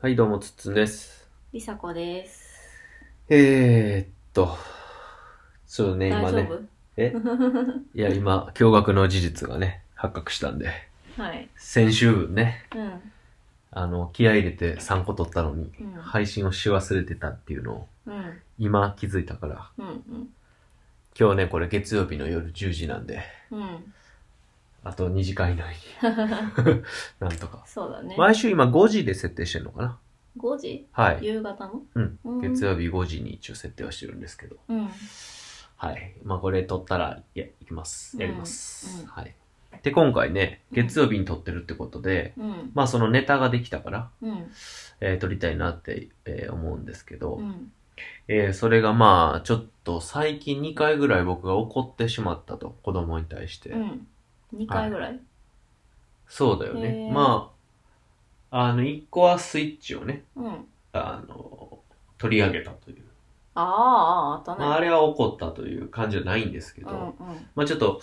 はい、どうも、つっつんです。りさこです。えー、っと、ちょっとね、大今丈ね、夫、えいや、今、驚愕の事実がね、発覚したんで、はい。先週分ね、うん。あの、気合い入れて3個撮ったのに、うん。配信をし忘れてたっていうのを、うん。今気づいたから、うん。今日ね、これ月曜日の夜10時なんで、うん。うん。あと2時間以内 に、なんとか。そうだね。毎週今5時で設定してるのかな5時はい。夕方のうん。うん月曜日5時に一応設定はしてるんですけど。うん。はい。まあ、これ撮ったら、いや、いきます。やります。うんうんはい。で、今回ね、うん月曜日に撮ってるってことで、うん。まあ、そのネタができたから、うん。えー撮りたいなって、えー思うんですけど、うん。えーそれがまあ、ちょっと最近2回ぐらい僕が怒ってしまったと、子供に対して。うん。2回ぐらい。そうだよへね。ーまあ、あの、1個はスイッチをね、うん。ああの、取り上げたという。あ、ああ、あったね。まあ、あれは怒ったという感じじゃないんですけど、うんうん。まあちょっと、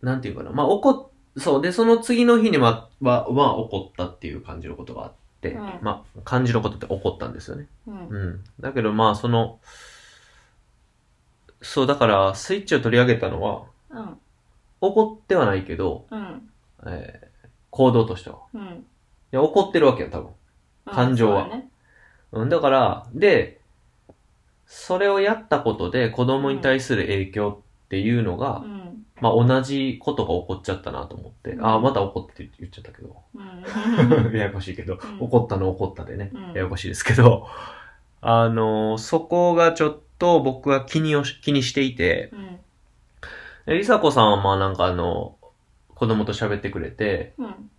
なんていうかな。まあ怒っ、そう。で、その次の日には、は、は怒ったっていう感じのことがあって、うんまあ感じのことって怒ったんですよね。うん。うん。だけどまあその、そう、だから、スイッチを取り上げたのは、うん。怒ってはないけど、うん。えー行動としては。うん。いや、怒ってるわけよ、多分。感情はそうだねうん、だから、で、それをやったことで子供に対する影響っていうのが、うん。まあ、同じことが起こっちゃったなと思って、うんああ、また怒ってって言っちゃったけど、うん。 ややこしいけど、うん怒ったの怒ったでね、うんややこしいですけど、 あのーそこがちょっと僕は気にをし気にしていて、うん。えりさこさんはまあなんかあの、子供と喋ってくれて、うん。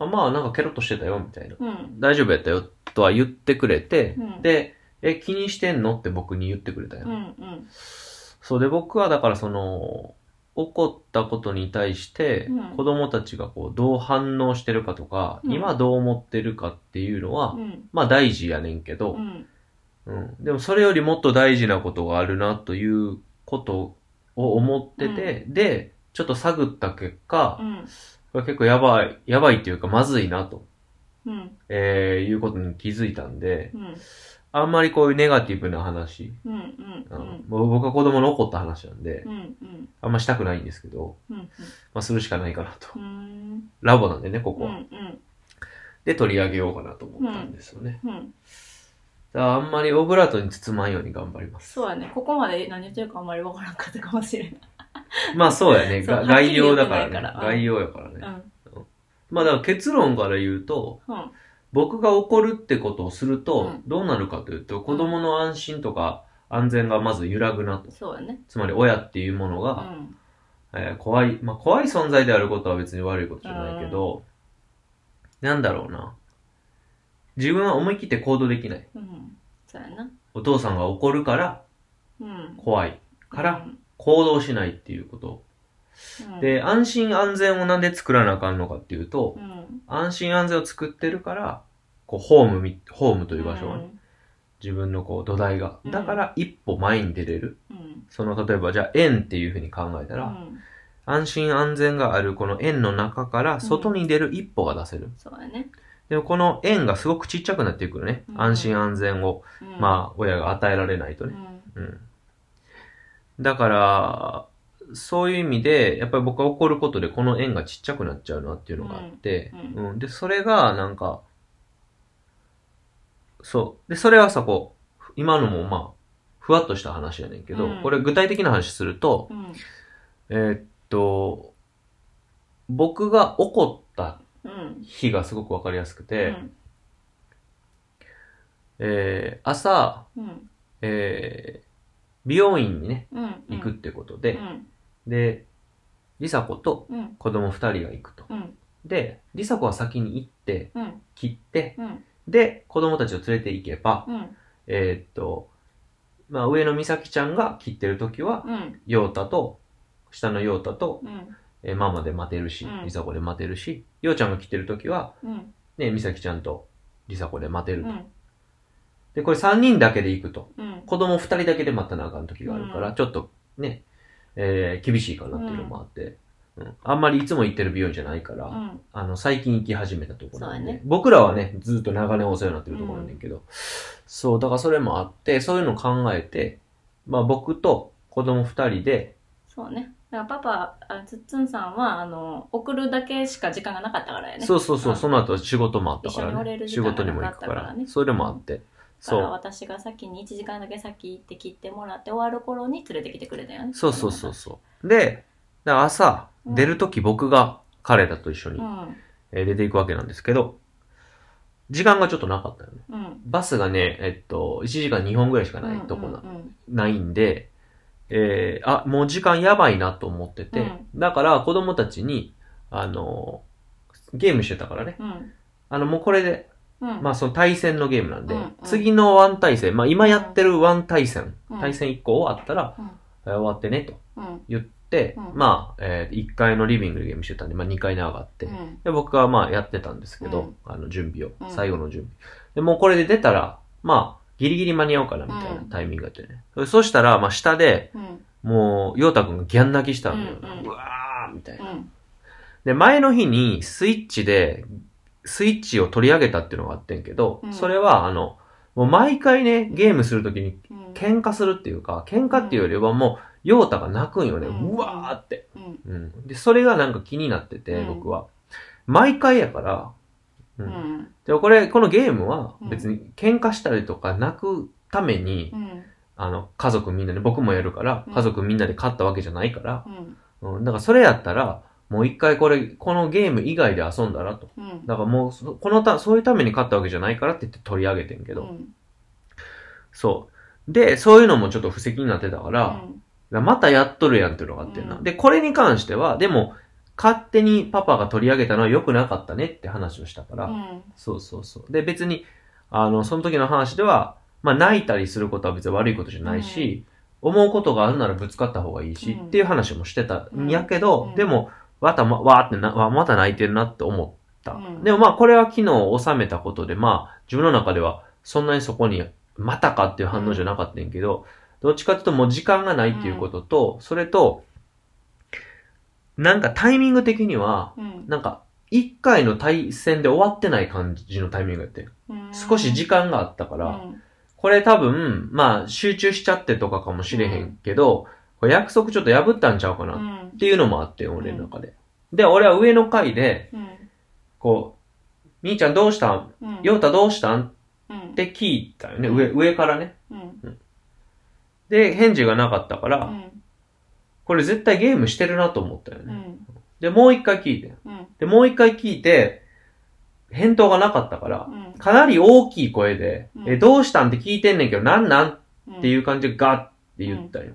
あまあなんかケロッとしてたよ、みたいな。うん。大丈夫やったよ、とは言ってくれて、うんで、え、気にしてんのって僕に言ってくれたよ。うん。うん。そうで僕はだからその怒ったことに対してうん子供たちがこうどう反応してるかとか、うん今どう思ってるかっていうのは、うん。まあ大事やねんけどう、ん。うんでもそれよりもっと大事なことがあるなということを思ってて、でちょっと探った結果う、ん。これ結構やばいやばいっていうかまずいなと、うん。えーいうことに気づいたんでうん。あんまりこういうネガティブな話、うん。うん。ううんん。もう僕は子供の怒った話なんで、うん。うん。あんましたくないんですけど、うん。まあ、するしかないかなと う。ん。ラボなんでね、こうこは。ん。で、取り上げようかなと思ったんですよね。うん。だからあんまりオブラートに包まんように頑張ります。そうやね。ここまで何言ってるかあんまりわからんかったかもしれない。まあ、そうやね。そがうはっき概り要言ってだないからね。からうん概要やからうね。ん。まあ、だから結論から言うと、うん。僕が怒るってことをするとう、んどうなるかというと、子供の安心とか安全がまず揺らぐなと。そうやね。つまり、親っていうものうが、ん。えー怖い、まあ、怖い存在であることは別に悪いことじゃないけど、なんだろうな。自分は思い切って行動できない。うん。そうやな。お父さんが怒るからうん。怖いから行動しないっていうこと。うん、で、安心安全をなんで作らなあかんのかっていうとう、ん。安心安全を作ってるから、こう、ホームみ、ホームとという場所がね、自分のこう土台が。だから一歩前に出れる。うん。その、例えばじゃあ円っていうふうに考えたうら、ん。安心安全があるこの円の中から外に出る一歩が出せる。そうやね。でもこの円がすごくちっちゃくなっていくのねう。ん安心安全を、うん、まあ、親が与えられないとあねう。ん。うん。だから、そういう意味で、やっぱり僕は怒ることでこの円がちっちゃくなっちゃうなっていうのがあって、う、うんで、それがなんか、そう。で、それはさ、こう、今のもまあ、ふわっとした話やねんけど、うんこれ具体的な話すると、うん。えーっと、僕が怒ったうん。日がすごくわかりやすくて、うん。えー朝、うん。えー美容院にね、うん。行くってことでう、ん。で、リサ子とうん。子供二人が行くと。うん。で、リサ子は先に行って、うん。切って、うん。で、子供たちを連れて行けば、うん。えーっと、まあ、上の美咲ちゃんが切ってる時は、うん。陽太と、下の陽太と、うん。えーママで待てるしう、んリサ子で待てるし、陽ちゃんが切ってる時は、うん。ね、美咲ちゃんとリサ子で待てるうと。ん。で、これ三人だけで行くと。うん。子供二人だけで待たなあかん時があるから、うちょっとね、えー厳しいかなっていうのもあって、うん、あんまりいつも行ってる美容院じゃないから、うん。あの、最近行き始めたところなんそうで、やね僕らはね、ずっと長年お世話になってるところなんだけど、そう、だからそれもあって、そういうのを考えて、まあ僕と子供二人で、そうね。だからパパ、あつっつんさんは、あの、送るだけしか時間がなかったからやね。。そううそうそう、んその後仕事もあったから一緒におね。れる時仕間が事にも行くかなかったかららねそれもあって。だかそらう。私が先に1時間だけ先行って切ってもらって終わる頃に連れてきてくれたよね。そうそうそうそう。で、だから朝、うん出るとき僕が彼らと一緒に、うん。えー出ていくわけなんですけど、時間がちょっとなかったよね。うん。バスがね、えっと、1時間2本ぐらいしかないとこな、うんうんないんで、えーあ、もう時間やばいなと思ってて、だから子供たちに、あのーゲームしてたからね。うん。うん。あの、もうこれで、うん。まあその対戦のゲームなんで、うんうん次のワン対戦、まあ今やってるワン対戦、うん対戦1個終わったら、うんえー終わってねと。うん。言って、うんまあ、え1階のリビングでゲームしてたんで、まあ、2階に上がって、うん。で僕はまあやってたんですけど、うんあの準備を、うん最後の準備。でもうこれで出たら、まあ、ギリギリ間に合うかなみたいなうんタイミングがあってね。そしたら、まあ下で、うん。もう、ヨうたくんがギャン泣きしたんだよ、うんうんうわーみたいな。うん。で、前の日にスイッチで、スイッチを取り上げたっていうのがあってんけど、うんそれはあの、もう毎回ね、ゲームするときにうん。喧嘩するっていうか、喧嘩っていうよりはもう、ヨうたが泣くんよね。うんうわーって。うん。うん。で、それがなんか気になってて、うん僕は。毎回やから、う。うんん。でもこれ、このゲームはうん別に喧嘩したりとか泣くために、うん。あの、家族みんなで、僕もやるからう、ん家族みんなで勝ったわけじゃないから、うん。うん。だからそれやったら、もう一回これ、このゲーム以外で遊んだらと。うん。だからもうそ、このた、そういうために勝ったわけじゃないからって言って取り上げてんけど、うん。そう。で、そういうのもちょっと布石になってたから、うんだからまたやっとるやんっていうのがあってんな。うんで、これに関しては、でも、勝手にパパが取り上げたのは良くなかったねって話をしたから、うん。そうそうそう。で、別に、あの、その時の話では、まあ、泣いたりすることは別に悪いことじゃないし、思うことがあるならぶつかった方がいいし、うんっていう話もしてたんやけど、うんでも、またま、わーってな、わまた泣いてるなって思った。うんでもまあ、これは昨日収めたことで、まあ、自分の中では、そんなにそこに、またかっていう反応じゃなかったんやけど、どっちかっていうともう時間がないっていうことと、それと、なんかタイミング的には、うんなんか、一回の対戦で終わってない感じのタイミングやって。うん少し時間があったから、うんこれ多分、まあ、集中しちゃってとかかもしれへんけど、これ約束ちょっと破ったんちゃうかなうっん。ていうのもあって、俺の中で。で、俺は上の階で、うん。こう、みーちゃんどうしたんうん。ようたどうしたんっうん。て聞いたよね、うん上、上からね。うん。で、返事がなかったかうら、ん。これ絶対ゲームしてるなと思ったようね。ん。で、もう一回聞いて。うん。で、もう一回聞いて、返答がなかったから、うん。かなり大きい声で、うんえ、どうしたんって聞いてんねんけど、なんなんうん。っていう感じでガッって言ったよ。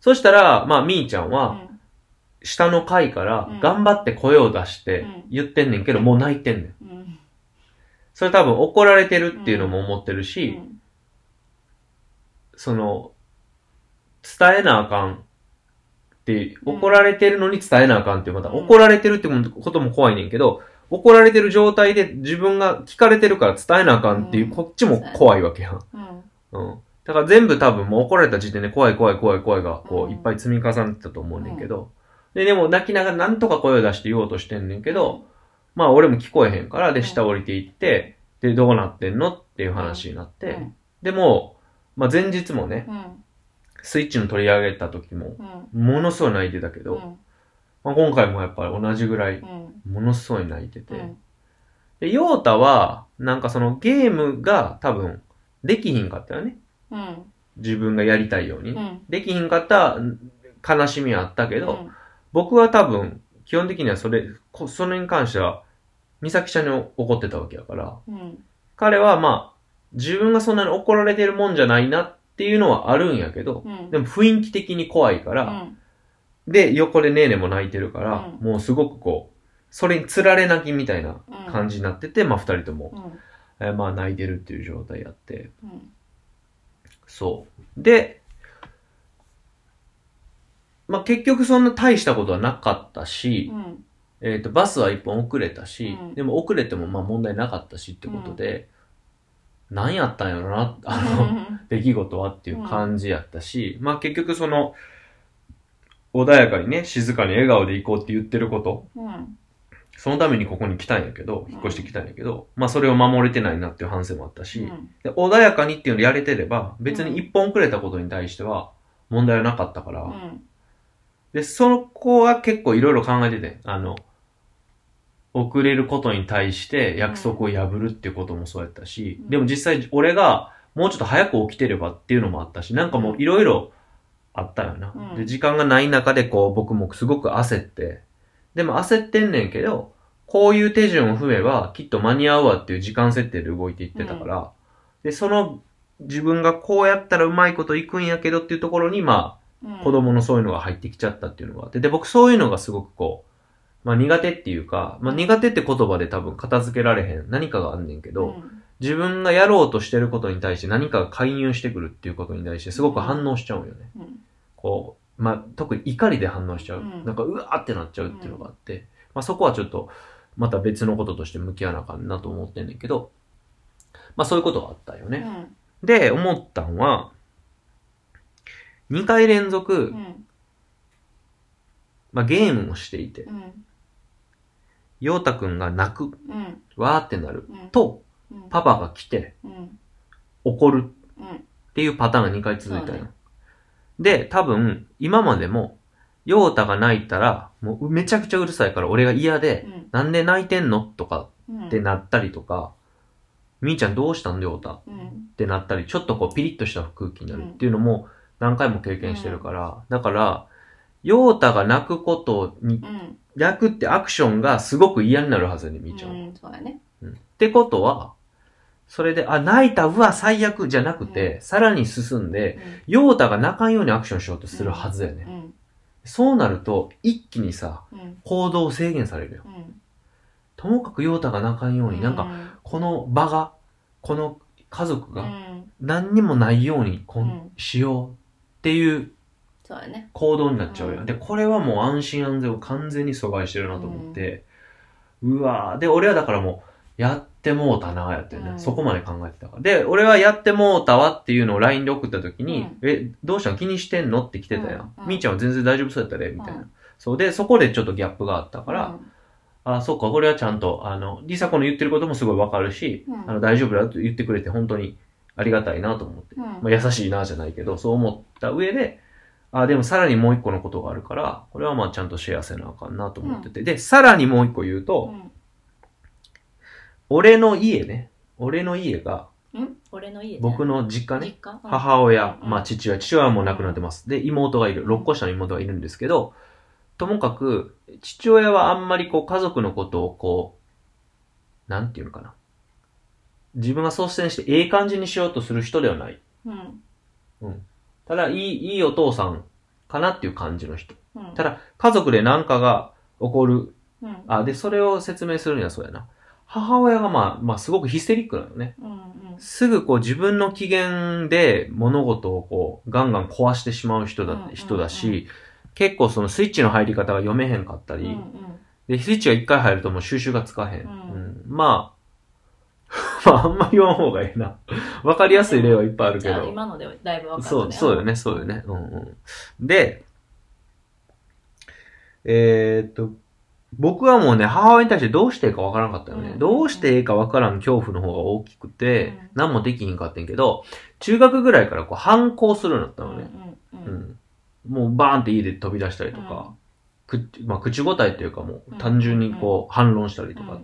そしたら、まあ、みーちゃんは、下の階からうん、頑張って声を出してうん、言ってんねんけど、もう泣いてんねん。うん。うん。それ多分怒られてるっていうのも思ってるし、その、伝えなあかんって、うん怒られてるのに伝えなあかんっていう、またうん怒られてるってことも怖いねんけど、怒られてる状態で自分が聞かれてるから伝えなあかんっていうう、んこっちも怖いわけやん。うん。うん。だから全部多分もう怒られた時点で怖い怖い怖い怖いが、こうう、んいっぱい積み重ねてたと思うねんけど。で、でも泣きながらなんとか声を出して言おうとしてんねんけど、まあ俺も聞こえへんから、で、うん下降りていって、で、どうなってんのっていう話になっうてん。でも、まあ前日もね、うん。スイッチの取り上げた時も、うん。ものすごい泣いてたけうど、ん。まあ今回もやっぱり同じぐらい、うん。ものすごい泣いててう。ん。で、ヨータは、なんかそのゲームが多分、できひんかったよね。うん。自分がやりたいように。うん。できひんかった悲しみはあったけど、僕は多分、基本的にはそれ、こそれに関しては、美咲ちゃんに怒ってたわけやから、うん。彼はまあ、自分がそんなに怒られてるもんじゃないなっていうのはあるんやけど、うん。でも雰囲気的に怖いから、で、横でネーネーも泣いてるから、うもうすごくこう、それにつられ泣きみたいなうん。感じになってて、まあ二人とも、うん。えーまあ泣いてるっていう状態やって、うん。そう。で、まあ、結局そんな大したことはなかったしう、ん。えっ、と、バスは一本遅れたし、うんでも遅れてもまあ問題なかったしってことで、何やったんやろな、 あの、出来事はっていう感じやったし、まあ、結局その、穏やかにね、静かに笑顔で行こうって言ってること、うん。そのためにここに来たんやけど、引っ越してきたんやけど、まあそれを守れてないなっていう反省もあったし、うんで穏やかにっていうのをやれてれば、別に一本くれたことに対しては問題はなかったから、うん。で、そこは結構いろいろ考えてて、あの、遅れることに対して約束を破るっていうこともそうやったし、うんでも実際俺がもうちょっと早く起きてればっていうのもあったし、なんかもういろいろあったよな、うんで、時間がない中でこう僕もすごく焦って、でも焦ってんねんけど、こういう手順を踏めばきっと間に合うわっていう時間設定で動いていってたから、で、その自分がこうやったらうまいこといくんやけどっていうところに、まあ、うん子。供のそういうのが入ってきちゃったっていうのがあって、で、僕そういうのがすごくこう、まあ苦手っていうか、まあ苦手って言葉で多分片付けられへん何かがあんねんけど、うん自分がやろうとしてることに対して何かが介入してくるっていうことに対してすごく反応しちゃうんよね。うんこう、まあ特に怒りで反応しちゃう。うんなんかうわーってなっちゃうっていうのがあって、まあそこはちょっと、また別のこととして向き合わなあかんなと思ってんねんけど、まあそういうことがあったようね。ん。で、思ったんは、2回連続、うん。まあ、ゲームをしていて、うん。陽太くんが泣く、うん。わーってなる。うん。と、うん、パパが来て、うん。怒るうん。っていうパターンが2回続いたそうよ。で、多分、今までも、陽太が泣いたら、もうめちゃくちゃうるさいから俺が嫌で、うん。なんで泣いてんのとかうん。ってなったりとか、みーちゃんどうしたんだ陽太っうん。てなったり、ちょっとこうピリッとした空気になるっていうのも何回も経験してるから、だから、陽太が泣くことに、うん。泣くってアクションがすごく嫌になるはずやね、みーちゃんは。うん。そうだね。ってことは、それで、あ、泣いた、うわ、最悪じゃなくて、さらに進んで、ヨータが泣かんようにアクションしようとするはずやね。うん。そうなると、一気にさ、うん。行動制限されるよ。うん。ともかくヨータが泣かんように、なんか、か、この場が、この家族うが、ん。何にもないようにこん、うんしようっていうそうだね。行動になっちゃうよ。うんで、これはもう安心安全を完全に阻害してるなと思って、うわーで、俺はだからもう、やってもうたな、やってね、うんそこまで考えてたから。で、俺はやってもうたわっていうのを LINE で送った時に、うんえ、どうしたん気にしてんのって来てたやん。うんうんみーちゃんは全然大丈夫そうやったで、みたいな。うそうで、そこでちょっとギャップがあったから、あ、そっか、これはちゃんと、あの、りさこの言ってることもすごいわかるし、うんあの、大丈夫だと言ってくれて本当にありがたいなと思って。うん、まあ、優しいなじゃないけど、そう思った上で、あ、でもさらにもう一個のことがあるから、これはまあちゃんとシェアせなあかんなと思ってて。で、さらにもう一個言うと、うん俺の家ね、俺の家が、うん、俺の家僕のの実家ね、実家、うん、母親、うんまあ父親、父親はもう亡くなってます。で、妹がいる、6個下の妹がいるんですけど、ともかく、父親はあんまりこう家族のことをこう、なんていうのかな。自分が率先してええ感じにしようとする人ではない。うんただ、いい、いいお父さんかなっていう感じの人。うん、ただ、家族で何かが起こる。うんあ、で、それを説明するにはそうやな。母親がまあ、まあ、すごくヒステリックなのね。うんうんすぐこう自分の機嫌で物事をこう、ガンガン壊してしまう人だ、うんうんうん人だし、結構そのスイッチの入り方が読めへんかったうんり、うんで、スイッチが一回入るともう収集がつかへん。うんうんまあ、 まあ、あんま言わん方がいいな。わかりやすい例はいっぱいあるじけゃあど。今のでだいぶ分かったそう、そうよね、そうよね。うんうん。で、えーっと、僕はもうね、母親に対してどうしていいかわからんかったよね。うんどうしていいかわからん恐怖の方が大きくて、うん何もできひんかってんけど、中学ぐらいからこう反抗するようになったのね。うんうんううんん。もうバーンって家で飛び出したりとか、くまあ、口答えっていうかもう単純にこう反論したりとか。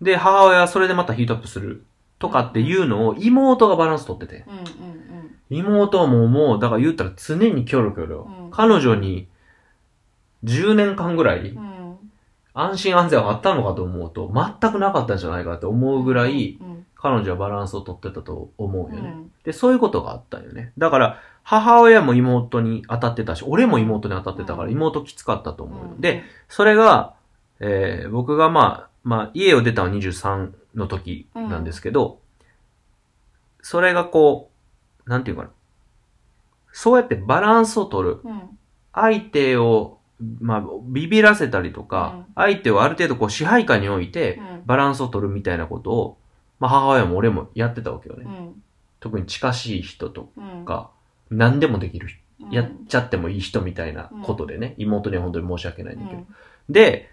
で、母親はそれでまたヒートアップするとかっていうのを妹がバランス取ってて。うんうん妹はもうもう、だから言ったら常にキョロキョロ。うん彼女に10年間ぐらういんうん安心安全があったのかと思うと、全くなかったんじゃないかって思うぐらい、うん彼女はバランスをとってたと思ううんよね。で、そういうことがあったんよね。だから、母親も妹に当たってたし、俺も妹に当たってたから、うん妹きつかったと思うよう。んで、それが、えー僕がまあ、まあ、家を出たのは23の時なんですけど、それがこう、なんていうかな。そうやってバランスを取る。うん相手を、まあ、ビビらせたりとか、うん相手をある程度こう支配下に置いてう、んバランスを取るみたいなことを、まあ、母親も俺もやってたわけよね。うん特に近しい人とうんか、何でもできるうんやっちゃってもいい人みたいなことでね、妹には本当に申し訳ないんだけど。うんで、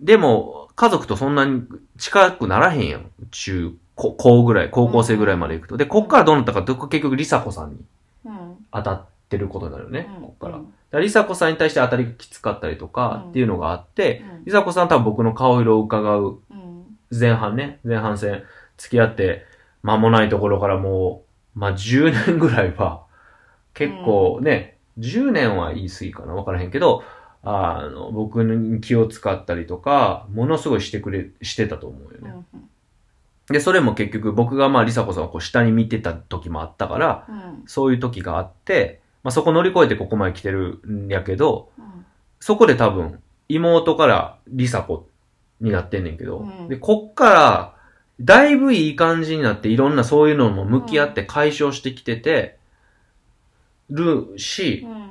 でも、家族とそんなに近くならへんやん。中、高高ぐらい、高校生ぐらいまで行くと。で、こっからどうなったかというと、結局、りさこさんにうん当たってることになるよね、うんこっから。だうんからりさこさんに対して当たりがきつかったりとかうんっていうのがあって、うんりさこさんは多分僕の顔色を伺ううん前半ね、前半戦、付き合って間もないところからもう、まあ、10年ぐらいは、結構ね、10年は言い過ぎかな、わからへんけど、あの、僕に気を使ったりとか、ものすごいしてくれ、してたと思うようね。んで、それも結局僕がまあ、りさこさんをこう下に見てた時もあったから、うんそういう時があって、まあ、そこ乗り越えてここまで来てるんやけど、うんそこで多分、妹からリサ子になってんねんけど、うんで、こっから、だいぶいい感じになって、いろんなそういうのも向き合って解消してきてて、るし、うん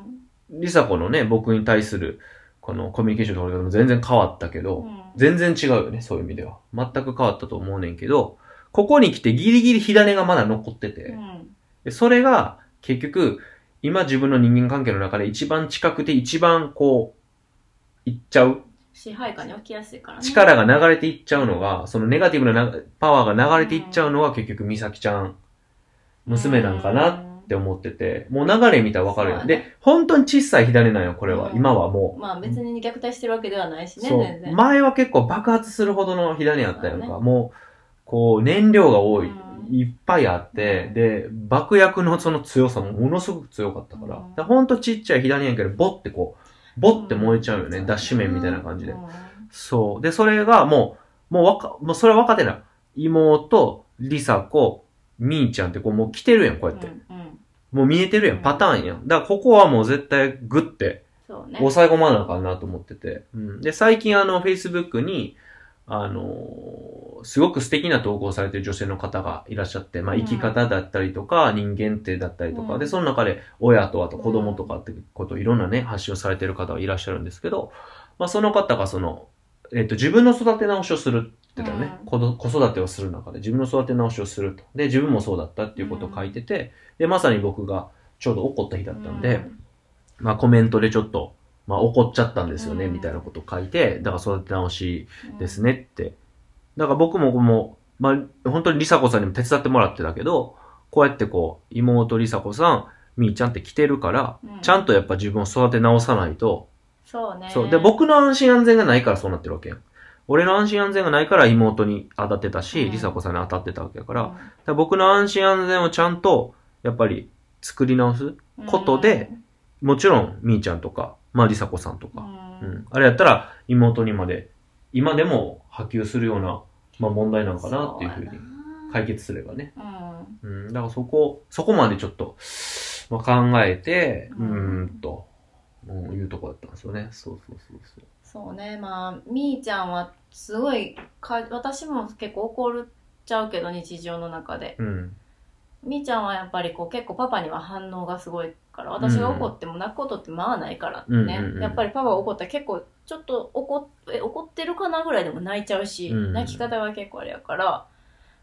リサ子のね、僕に対する、このコミュニケーションの取り方も全然変わったけど、うん全然違うよね、そういう意味では。全く変わったと思うねんけど、ここに来てギリギリ火種がまだ残ってて、うんで、それが、結局、今自分の人間関係の中で一番近くて一番こう、いっちゃう、支配下に置きやすいからね力が流れていっちゃうのが、そのネガティブななパワーが流れていっちゃうのが結局美咲ちゃん、娘なんかなっって思ってて、もう流れ見たらわかるよ。そうだねで、本当に小さい火種なんよ、これは。うん今はもう。まあ別に虐待してるわけではないしねそう全然前は結構爆発するほどの火種やったやんそうか、だもうこう燃料が多い、うんいっぱいあって、うんで爆薬のその強さもものすごく強かったから,、うんほんとちっちゃい火種やけどボッてこうボッて燃えちゃうよね、んダッシュ面みたいな感じで、うんそうでそれがもうもうわかもうそれは分かってない妹りさ子みーちゃんってこうもう来てるやんこうやって、うんうんもう見えてるやんパターンやんだからここはもう絶対グッてそうね抑え込まなあかんなと思ってて。うん、で、最近あの、Facebook に、あのーすごく素敵な投稿をされてる女性の方がいらっしゃって、まあ、うん生き方だったりとか、人間ってだったりとか、うんで、その中で、親とあと子供とかってこと、いろんなね、発信をされてる方がいらっしゃるんですけど、まあ、その方がその、えっと、自分の育て直しをするって言ってたよね、うん子ど子育てをする中で、自分の育て直しをすると。で、自分もそうだったっていうことを書いてて、で、まさに僕がちょうど怒った日だったんで、うんまあコメントでちょっと、まあ怒っちゃったんですよね、うんみたいなこと書いて、だから育て直しうんですねって。だから僕ももう、まあ本当にりさこさんにも手伝ってもらってたけど、こうやってこう、妹りさこさん、みーちゃんって来てるから、うんちゃんとやっぱ自分を育て直さないと、そうねそう。で、僕の安心安全がないからそうなってるわけやん。俺の安心安全がないから妹に当たってたし、うんりさこさんに当たってたわけだから、だかうら僕の安心安全をちゃんと、やっぱり作り直すんことでもちろん、みーちゃんとか、まあ、りさこさんとうか、んうん。あれやったら、妹にまで、今でも波及するような、まあ、問題なのかなっていうふうに解決すればね。そうやなうんうん。だからそこ、そこまでちょっと、まあ、考えて、ううんーんと、うん、いうとこだったんですよね。そうそうそうそう。そうねまあみーちゃんはすごいか私も結構怒るっちゃうけど日常の中でうん。みーちゃんはやっぱりこう結構パパには反応がすごいから私が怒っても泣くことってまあないからね、うんうんうんやっぱりパパが怒ったら結構ちょっと怒っえ怒ってるかなぐらいでも泣いちゃうし、うん泣き方が結構あれやから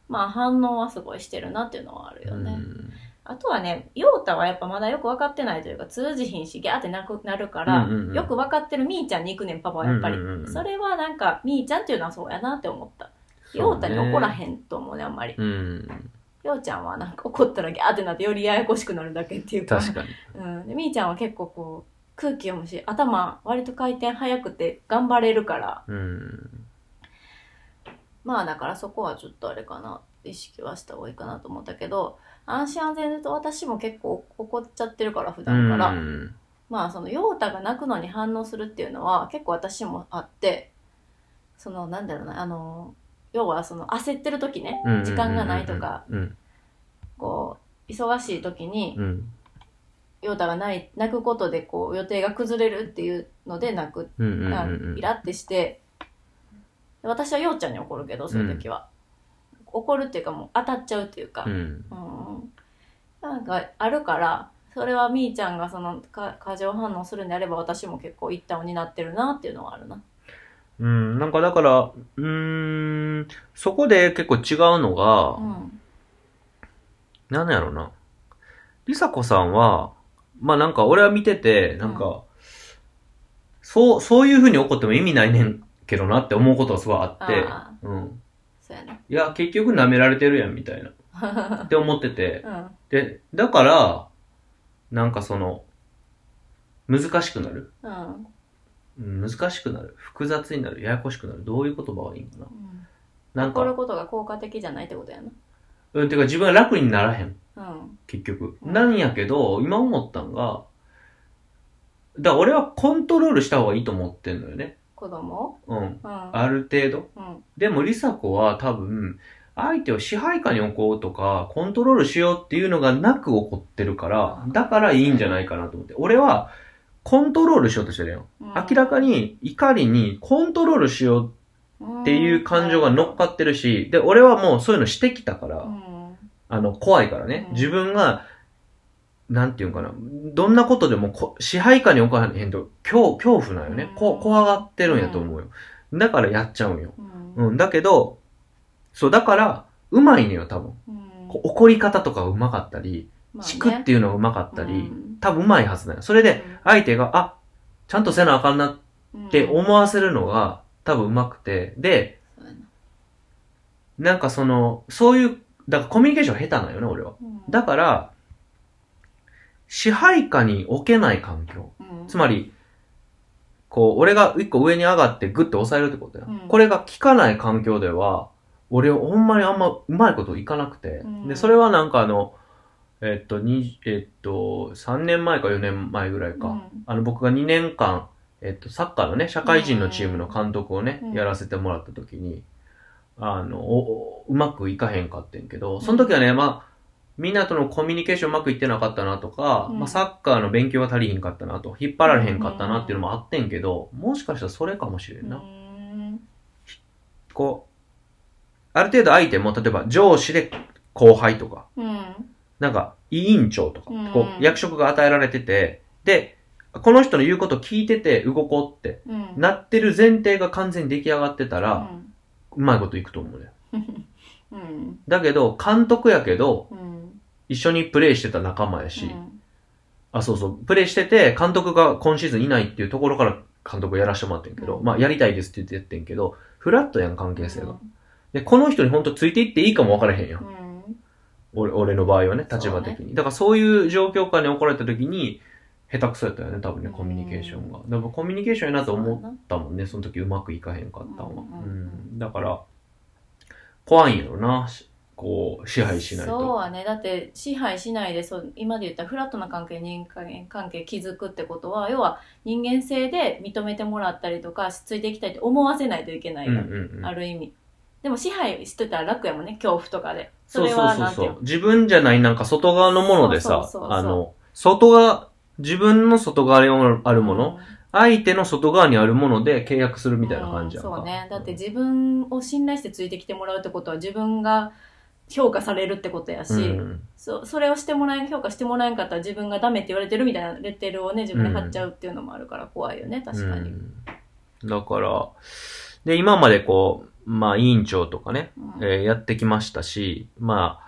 まあ反応はすごいしてるなっていうのはあるよね、うんあとはね、ヨータはやっぱまだよく分かってないというか、通じひんし、ギャーってなくなるから、うんうんうんよく分かってるみーちゃんに行くねん、パパはやっぱり。うんうんうんそれはなんか、みーちゃんっていうのはそうやなって思った。ヨータに怒らへんと思うね、あんまり。うん。ヨーちゃんはなんか怒ったらギャーってなって、よりややこしくなるだけっていうか。確かに。うん。で、みーちゃんは結構こう、空気読むし、頭割と回転早くて頑張れるから、うん。まあだからそこはちょっとあれかな意識はした方がいいかなと思ったけど安心安全だと私も結構怒っちゃってるから普段から、うん。まあその陽太が泣くのに反応するっていうのは結構私もあってそのなんだろうなあの要はその焦ってる時ねうん時間がないとか。うん。こう忙しい時にうん。陽太が泣い泣くことでこう予定が崩れるっていうので泣くうんうんうんがうんイ。ラってして、私はようちゃんに怒るけどそういう時は、怒るっていうかもう当たっちゃうっていうか、ううんん。なんかあるからそれはみーちゃんがそのか過剰反応するんであれば私も結構一旦になってるなっていうのはあるなうん、なんかだから、うーん、そこで結構違うのが、うんなんやろな。りさこさんは、まあなんか俺は見てて、なんか、そう、そういう風に怒っても意味ないねんけどなって思うことがすごいあって、あうん。そうやな。いや、結局舐められてるやんみたいな。って思ってて、うん。で、だから、なんかその、難しくなる。うん。うん難しくなる。複雑になる。ややこしくなる。どういう言葉がいいんかな。うんなん怒るか、ことが効果的じゃないってことやうん、てか自分は楽にならへん。な。うん。結局。うんなんやけど、今思ったんが、だから俺はコントロールした方がいいと思ってんのよね。子供うん。うん。ある程度。うん。でも、リサ子は多分、相手を支配下に置こうとか、コントロールしようっていうのがなく起こってるから、だからいいんじゃないかなと思って。俺は、コントロールしようとしてるよ。うん明らかに怒りにコントロールしようっていう感情が乗っかってるし、で、俺はもうそういうのしてきたから、うん。あの、怖いからねう。ん自分が、なんていうんかな。どんなことでもこ支配下に置かへんと、恐恐怖なんよねう。んこ怖がってるんやと思うよ。だからやっちゃうんよ。うん。うん。だけど、そう、だから、うまいのよ、多分。うんこう怒り方とかうまかったり、まあねチクっていうのがうまかったうり、ん多分うまいはずだよ。それで、相手が、あ、ちゃんとせなあかんなっうんて思わせるのが、多分うまくて、で、そうやななんかその、そういう、だからコミュニケーション下手なんよね、俺は。うんだから、支配下に置けない環境。うんつまり、こう、俺が一個上に上がってグッと押さえるってことや。うんこれが効かない環境では、俺ほんまにあんまうまいこといかなくて。うんで、それはなんかあの、えっと、に、えっと、3年前か4年前ぐらいか。うんあの、僕が2年間、えっと、サッカーのね、社会人のチームの監督をね、うんやらせてもらった時に、あの、おおうまくいかへんかってんけど、その時はね、まあ、みんなとのコミュニケーションうまくいってなかったなとか、うんまあ、サッカーの勉強は足りひんかったなと、引っ張られへんかったなっていうのもあってんけど、もしかしたらそれかもしれんな。うんこう、ある程度相手も、例えば上司で後輩とか、うんなんか、委員長とかうん、こう、役職が与えられてて、で、この人の言うこと聞いてて動こうってうんなってる前提が完全に出来上がってたら、うまいこといくと思うね。うんうんだけど、監督やけど、うん一緒にプレイしてた仲間やし、うんあ、そうそう、プレイしてて、監督が今シーズンいないっていうところから監督やらしてもらってんけど、うんまあ、やりたいですって言ってやってんけど、フラットやん、関係性うがん。で、この人に本当ついていっていいかも分からへんよ。うん俺俺の場合はね、立場的に。だからそういう状況下に怒られた時に、下手くそやったよね、多分ね、コミュニケーションが。だからコミュニケーションやなと思ったもんね、その時うまくいかへんかったんは。うんうんううんん。だから、怖いんやろな、しこう、支配しないそうと。はねだって支配しないでそう今で言ったフラットな関係人間関係築くってことは要は人間性で認めてもらったりとかついていきたいって思わせないといけないうんかうら、んうあん。る意味でも支配してたら楽やもんね恐怖とかでそそうれそうはそうなんてそいうのう。自分じゃないなんか外側のものでさそうそうそう、そうあの、外側、自分の外側にあるもの、うん相手の外側にあるもので契約するみたいな感じやんか、うんそうねだって自分を信頼してついてきてもらうってことは自分が評価されるってことやし、うんそそれをしてもらえ評価してもらえんかったら自分がダメって言われてるみたいなレッテルをね自分で貼っちゃうっていうのもあるから怖いよね、確かに、うん、だから、で、今までこう、まあ、委員長とかね、うんえーやってきましたし、ま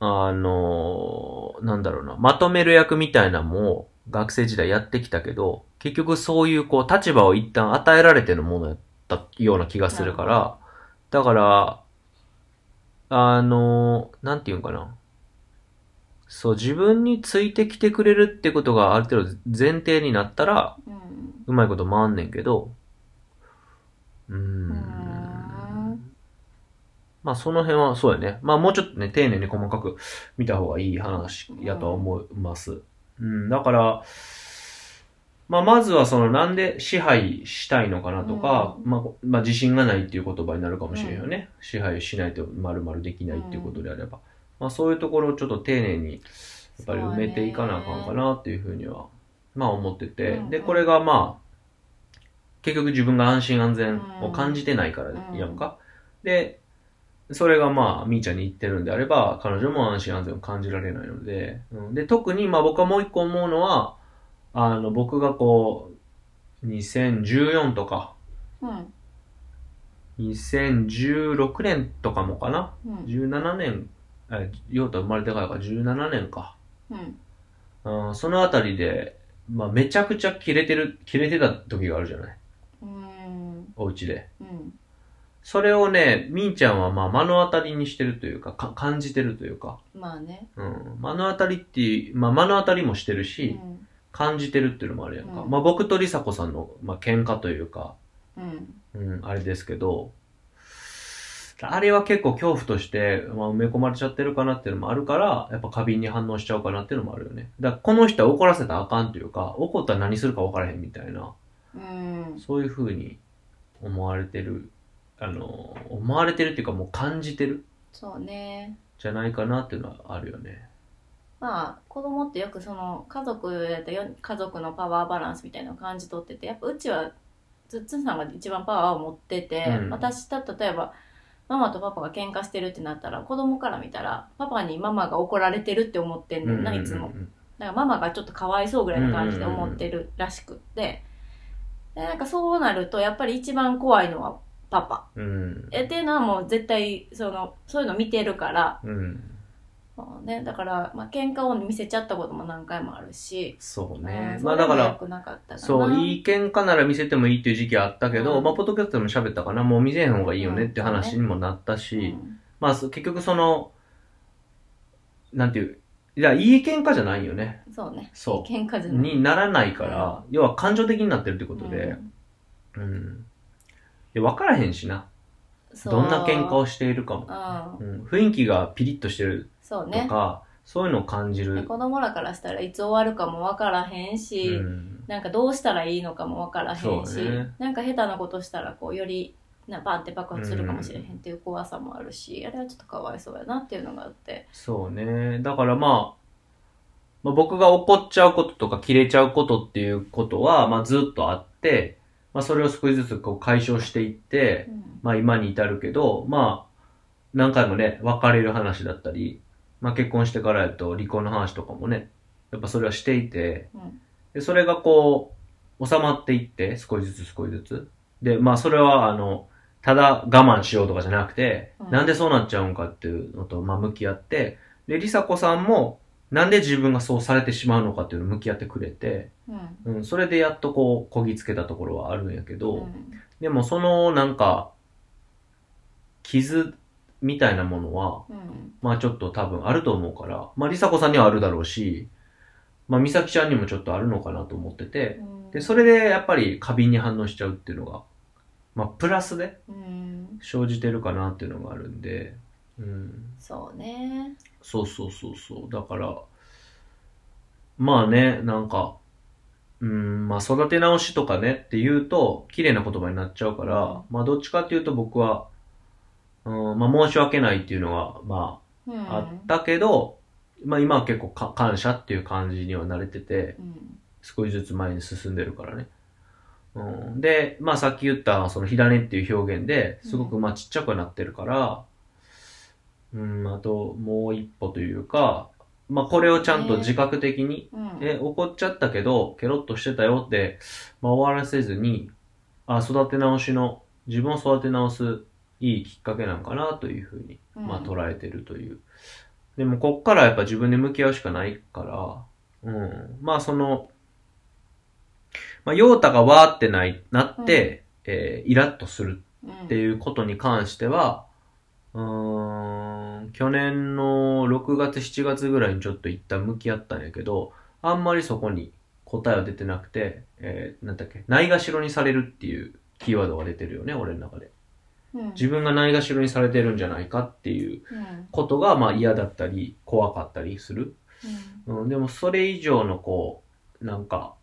あ、あのーなんだろうな、まとめる役みたいなのも学生時代やってきたけど、結局そういうこう、立場を一旦与えられてるものやったような気がするから、だから、あのーなんていうんかな。そう、自分についてきてくれるってことがある程度前提になったら、うんうまいこと回んねんけど、うーん。んまあその辺はそうやね。まあもうちょっとね、丁寧に細かく見た方がいい話やとは思います。うん、だから、まあまずはそのなんで支配したいのかなとか、うまあ、まあ自信がないっていう言葉になるかもしれんよね。支配しないと丸々できないっていうことであれば。まあそういうところをちょっと丁寧にやっぱり埋めていかなあかんかなっていうふうには、まあ思ってて、うんうんで、これがまあ、結局自分が安心安全を感じてないからやんか。で、それがまあ、みーちゃんに言ってるんであれば、彼女も安心安全を感じられないので、うん、で、特にまあ僕はもう一個思うのは、あの、僕がこう、2014とか、うん2016年とかもかなうん ?17 年、え、ヨウタ生まれてからか17年か。うんうん、そのあたりで、まあ、めちゃくちゃ切れてる、切れてた時があるじゃないうんお家で。うんそれをね、みーちゃんはまあ目の当たりにしてるというか、か感じてるというか、まあねうん、目の当たりっていう、まあ目の当たりもしてるうし、ん感じてるっていうのもあるやんか。うんまあ僕とりさこさんの、まあ喧嘩というか、うんうん、あれですけど、あれは結構恐怖として、まあ、埋め込まれちゃってるかなっていうのもあるから、やっぱ過敏に反応しちゃうかなっていうのもあるよね。だからこの人は怒らせたらあかんというか、怒ったら何するか分からへんみたいな、うんそういう風に思われてる、あの、思われてるっていうかもう感じてるそうねじゃないかなっていうのはあるよね。まあ子供ってよくその家族やったらよ家族のパワーバランスみたいなのを感じ取っててやっぱうちはつっつんさんが一番パワーを持ってて、うん私た例えばママとパパが喧嘩してるってなったら子供から見たらパパにママが怒られてるって思ってんねんな、いつもうんだからママがちょっとかわいそうぐらいの感じで思ってるらしくって、でなんかそうなるとやっぱり一番怖いのはパパうんうん。えっていうのはもう絶対そのそういうの見てるから、うん。そうね、だから、まあ喧嘩を見せちゃったことも何回もあるし、そうね。うんまあだかそれも良ら、くなかったかなそう、いい喧嘩なら見せてもいいっていう時期あったけど、うんまあ、ポッドキャストでも喋ったかな、もう見せへん方がいいよねっていう話にもなったし、うんまあ、そ結局その、なんていう、いや、いい喧嘩じゃないよね。そうねそ喧嘩じう。ゃないにならないから、要は感情的になってるってことうで、んうん。で、分からへんしな。そうどんな喧嘩をしているかも。うんうん、雰囲気がピリッとしてるそうとねか、そういうのを感じる。子供らからしたらいつ終わるかもわからへんし、うん。なんかどうしたらいいのかもわからへんし、そうねなんか下手なことしたらこうよりなバンって爆発するかもしれへんっていう怖さもあるし、あれはちょっとかわいそうやなっていうのがあってそうね。だからまあ、まあ、僕が怒っちゃうこととか切れちゃうことっていうことは、まあずっとあって、まあそれを少しずつこう解消していってう、んまあ今に至るけど、まあ何回もね、別れる話だったり、まあ結婚してからやと離婚の話とかもね、やっぱそれはしていて、うんでそれがこう、収まっていって、少しずつ少しずつ。で、まあそれはあの、ただ我慢しようとかじゃなくて、うんなんでそうなっちゃうんかっていうのと、まあ向き合って、で、りさこさんも、なんで自分がそうされてしまうのかっていうのを向き合ってくれて、うんうん、それでやっとこう、こぎつけたところはあるんやけど、うんでもそのなんか、傷みたいなものは、うんまあちょっと多分あると思うから、まありさこさんにはあるだろうし、まあ美咲ちゃんにもちょっとあるのかなと思ってて、うんで、それでやっぱり過敏に反応しちゃうっていうのが、まあプラスでうん生じてるかなっていうのがあるんで、うん、そうねそうそうそうそう、だから、まあね、なんか、うん、まあ育て直しとかねって言うと、綺麗な言葉になっちゃうから、まあどっちかっていうと僕は、うん、まあ申し訳ないっていうのは、まうんああったけど、まあ今は結構か感謝っていう感じには慣れてて、うん少しずつ前に進んでるからね。うん、で、まあさっき言った、その火種っていう表現ですごくうんまあちっちゃくなってるから、うん、あともう一歩というか、まあこれをちゃんと自覚的に、うんえ、怒っちゃったけど、ケロッとしてたよって、まあ終わらせずに、あ、育て直しの、自分を育て直すいいきっかけなんかなというふうにうんまあ、捉えてるという。でも、こっからやっぱ自分で向き合うしかないから、うん。まあ、その、まあ、陽太がわーってない、なって、えーイラッとするうんっていうことに関しては、うーん、去年の6月、7月ぐらいにちょっと一旦向き合ったんやけど、あんまりそこに答えは出てなくて、えーなんだっけ、ないがしろにされるっていうキーワードが出てるよね、俺の中で。うん自分がないがしろにされてるんじゃないかっていううんことがまあ嫌だったり怖かったりする、うんうん、でもそれ以上のこうなんか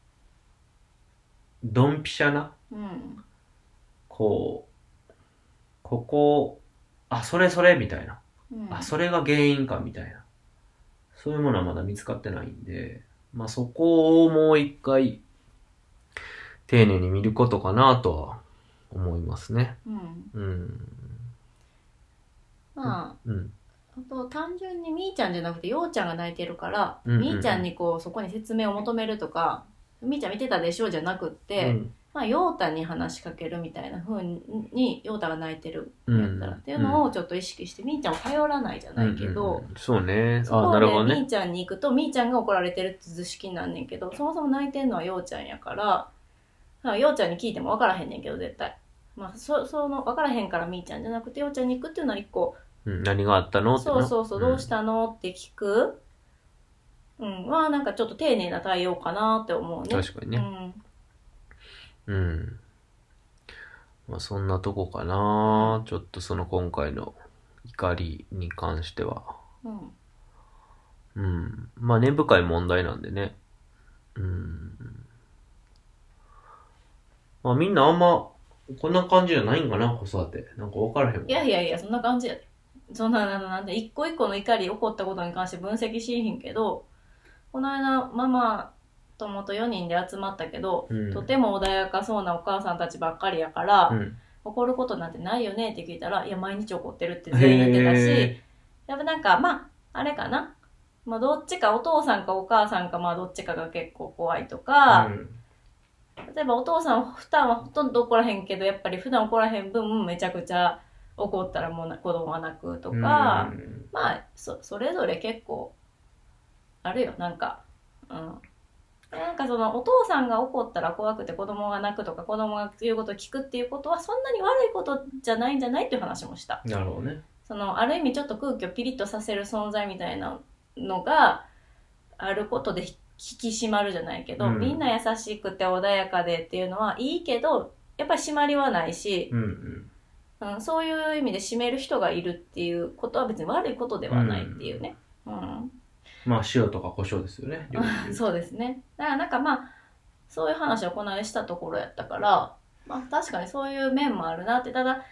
ドンピシャなうんこうここあそれそれみたいなうんあそれが原因かみたいなそういうものはまだ見つかってないんでまあそこをもう一回丁寧に見ることかなとは思いますねうんうんまあうんあと単純にみーちゃんじゃなくてようちゃんが泣いてるから、うんうんうんみーちゃんにこうそこに説明を求めるとかみーちゃん見てたでしょじゃなくっうて、んまあ、陽太に話しかけるみたいな風に陽太が泣いてるうやん。ったらっていうのをちょっと意識して、みーちゃんを頼らないじゃないけど、うんうんうんそうね。そあ、こなをるほどね、みねー。ちゃんに行くとみーちゃんが怒られてるって図式なんねんけどそもそも泣いてんのはようちゃんやからだからようちゃんに聞いても分からへんねんけど絶対、まあ、そその分からへんからみーちゃんじゃなくてようちゃんに行くっていうのは一個うん何があったのってなそうそうそう、んどうしたのって聞く、うん、はなんかちょっと丁寧な対応かなって思うね。確かにね。うん。まあ、そんなとこかな。ちょっとその今回の怒りに関しては。うんうんうん。まあ、根深い問題なんでね。うん。まあ、みんなあんま、こんな感じじゃないんかな、子育て。なんか分からへんもん。いやいやいや、そんな感じやで。そんな、ななんで、一個一個の怒り、起こったことに関して分析しへんけど、この間、ママ、友と4人で集まったけど、うんとても穏やかそうなお母さんたちばっかりやから、うん。怒ることなんてないよねって聞いたら、いや、毎日怒ってるって全員言ってたし、へやっぱなんか、まあ、あれかな。まあ、どっちか、お父さんかお母さんか、まあ、どっちかが結構怖いとか、ーうん例えばお父さんは普段はほとんど怒らへんけどやっぱり普段怒らへん分めちゃくちゃ怒ったらもうな子供は泣くとか、まうんあそそれぞれ結構あるよなんかうん。なんかそのお父さんが怒ったら怖くて子供が泣くとか子供が言うことを聞くっていうことはそんなに悪いことじゃないんじゃないっていう話もした。なるほどね。そのある意味ちょっと空気をピリッとさせる存在みたいなのがあることで引き締まるじゃないけど、うんみんな優しくて穏やかでっていうのはいいけどやっぱり締まりはないし、うんうん。うん、そういう意味で締める人がいるっていうことは別に悪いことではないっていうね、うんまあ、塩とか胡椒ですよね。料理で言うとそうですねだからなんかまあそういう話をこの間したところやったから、まあ、確かにそういう面もあるなってただ、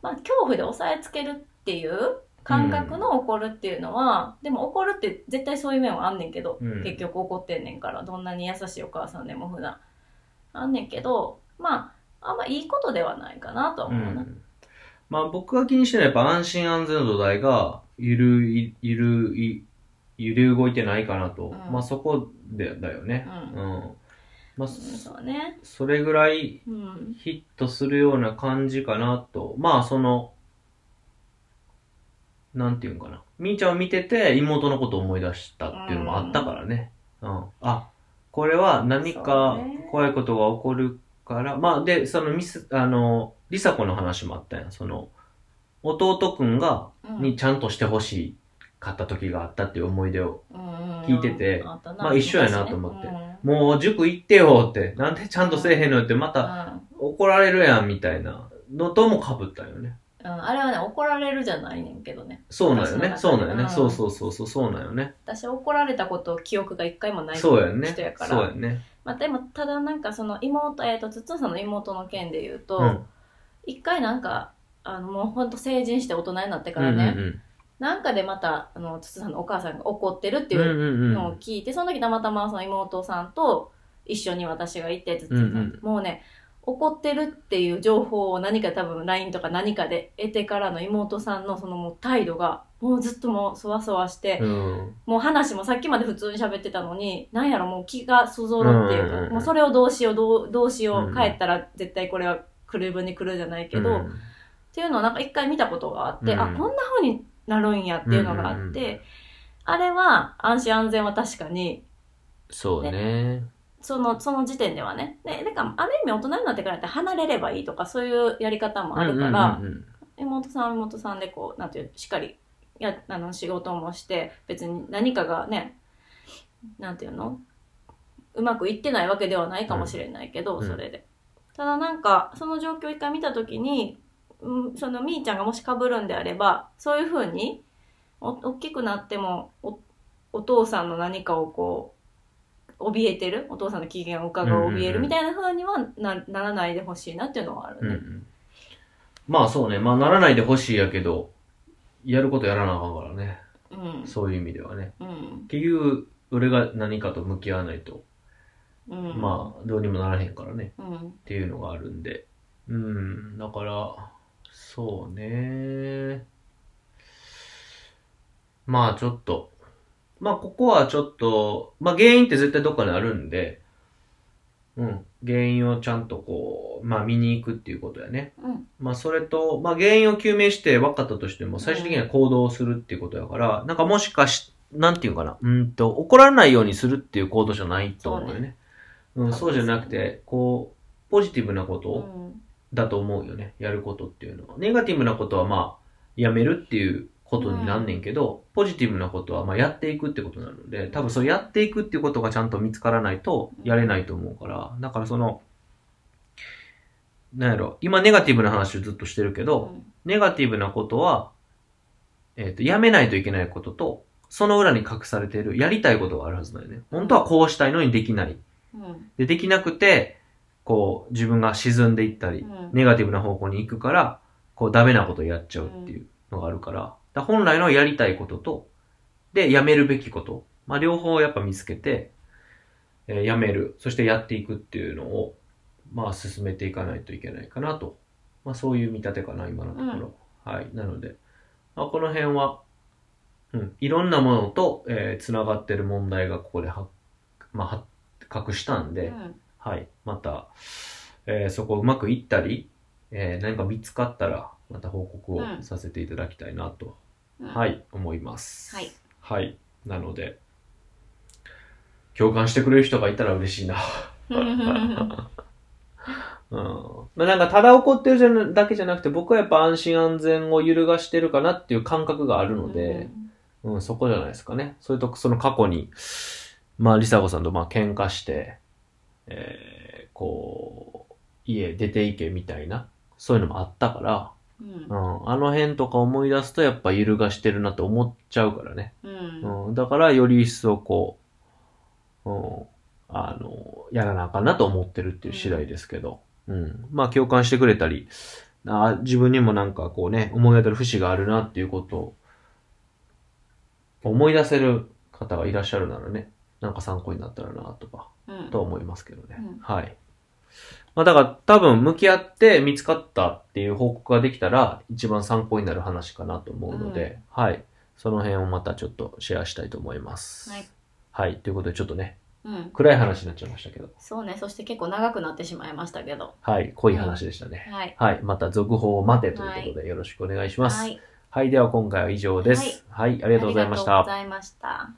まあ、恐怖で押さえつけるっていう感覚の怒るっていうのは、でも怒るって絶対そういう面はあんねんけど、うん結局怒ってんねんからどんなに優しいお母さんでも普段あんねんけどまああんまいいことではないかなとはう思うな、んまあ僕が気にしてるのはやっぱ安心安全の土台が揺るい、揺るい、揺れ動いてないかなと。うんまあそこでだよね。ううんん。まあ、うんそそうねそれぐらいうんヒットするような感じかなと。まあその、なんていうんかな。みーちゃんを見てて妹のことを思い出したっていうのもあったからね。うん。あ、これは何かそうね怖いことが起こるから、まあで、そのミス、あの、りさ子の話もあったやん。その、弟くんが、うんにちゃんとしてほしかった時があったっていう思い出を、聞聞いててまあ一緒やなと思ってうんもう塾行ってよって、なんでちゃんとせえへんのって、またうん怒られるやんみたいなのとも被ったよね。うん、あれはね怒られるじゃないねんけどねそうなんよね。私その中うでなんよね。うんそうそうそうそう、そうなんよね。私怒られたことを記憶が一回もない人そうやんね。やからそうやんね。まあ、でもただなんかその妹えっ、とつっつんさんの妹の件で言ううとん。一、回なんかあのもうほんと成人して大人になってからうんね、うんなんかでまたあのつっつんさんのお母さんが怒ってるってういん。ううんうんうのをん。聞いて、その時たまたまその妹さんと一緒に私がいてつっつんさん、うんもうね怒ってるっていう情報を何か多分 LINE とか何かで得てからの妹さんのそのもう態度がもうずっともうそわそわして、うん。もう話もさっきまで普通に喋ってたのに、なんやろもう気がそぞろっていうか、うんうんうんもうそれをどうしよう、どうどうしうよんうう、ん帰ったら絶対これは来る分に来るじゃないけど、うっんていうのをなんか一回見たことがあって、うんあ、こんな風になるんやっていうのがあって、うんうんうあれは安心安全は確かに、そうね。その、その時点ではね。で、なんか、ある意味大人になってからって離れればいいとか、そういうやり方もあるから、うんうんうんうん妹さんは妹さんでこうなんていうしっかりやあの仕事もして別に何かがねなんていうのうまくいってないわけではないかもしれないけど、うんそれでただなんかその状況を一回見た時に、うん、そのみーちゃんがもしかぶるんであればそういうふうにお大きくなってもおお父さんの何かをこう怯えてるお父さんの機嫌を伺う怯えうんうんうるんみたいな風にはなならないでほしいなっていうのはあるうね。んうん。まあそうね。まあならないでほしいやけど、やることやらなあかんからね。うんそういう意味ではね。うん結局、俺が何かと向き合わないと、うん、まあどうにもならへんからね。うんっていうのがあるんで。うん、だから、そうね。まあちょっと、まあここはちょっと、まあ原因って絶対どっかにあるんで、うん、原因をちゃんとこう、まあ見に行くっていうことやね。うんまあそれと、まあ原因を究明して分かったとしても、最終的には行動をするっていうことやから、なんかもしかし、なんていうかな、うんと、怒らないようにするっていう行動じゃないと思うよね。うん、そうじゃなくて、こう、ポジティブなことをうんだと思うよね。やることっていうのは。ネガティブなことはまあ、やめるっていうことになんねんけど、ポジティブなことはまあ、やっていくってことなので、多分それやっていくっていうことがちゃんと見つからないと、やれないと思うから、だからその、なんやろ、今ネガティブな話をずっとしてるけうど、んネガティブなことは、えっ、と、やめないといけないことと、その裏に隠されている、やりたいことがあるはずだよね。本当はこうしたいのにできない。うんで、できなくて、こう、自分が沈んでいったり、うんネガティブな方向に行くから、こうダメなことをやっちゃうっていうのがあるから、だから本来のやりたいことと、で、やめるべきこと、まあ両方やっぱ見つけて、えーやめる、そしてやっていくっていうのを、まあ進めていかないといけないかなと。まあそういう見立てかな、今のところ。はい。なので、まあ、この辺は、うん、いろんなものと、えー、つながってる問題がここで発、まあ発覚したんで、うんはい。また、えーそこうまくいったり、えー何か見つかったら、また報告うをんさせていただきたいなと、うんはい、思います。はい。はい。なので、共感してくれる人がいたら嬉しいな。 うん。まあ、なんか、ただ怒ってるじゃなだけじゃなくて、僕はやっぱ安心安全を揺るがしてるかなっていう感覚があるので、うん、そこじゃないですかね。それと、その過去に、まあ、リサ子さんと、まあ、喧嘩して、えー、こう、家出ていけみたいな、そういうのもあったから、うんうん、あの辺とか思い出すと、やっぱ揺るがしてるなって思っちゃうからね。うんうん、だから、より一層こう、うん、あの、やらなあかんなと思ってるっていう次第ですけど、うん、まあ、共感してくれたり、あ自分にもなんかこうね、思い当たる節があるなっていうことを思い出せる方がいらっしゃるならね、なんか参考になったらなとか、うんとは思いますけどね。うんはい。まあだから多分向き合って見つかったっていう報告ができたら一番参考になる話かなと思うので、はい。その辺をまたちょっとシェアしたいと思います。はい。はい。ということでちょっとね、うん暗い話になっちゃいましたけど、そうねそして結構長くなってしまいましたけどはい。濃い話でしたね。はいはい。また続報を待てということでよろしくお願いします。ははい。いでは今回は以上です。はい。ありがとうございましたありがとうご。ざいました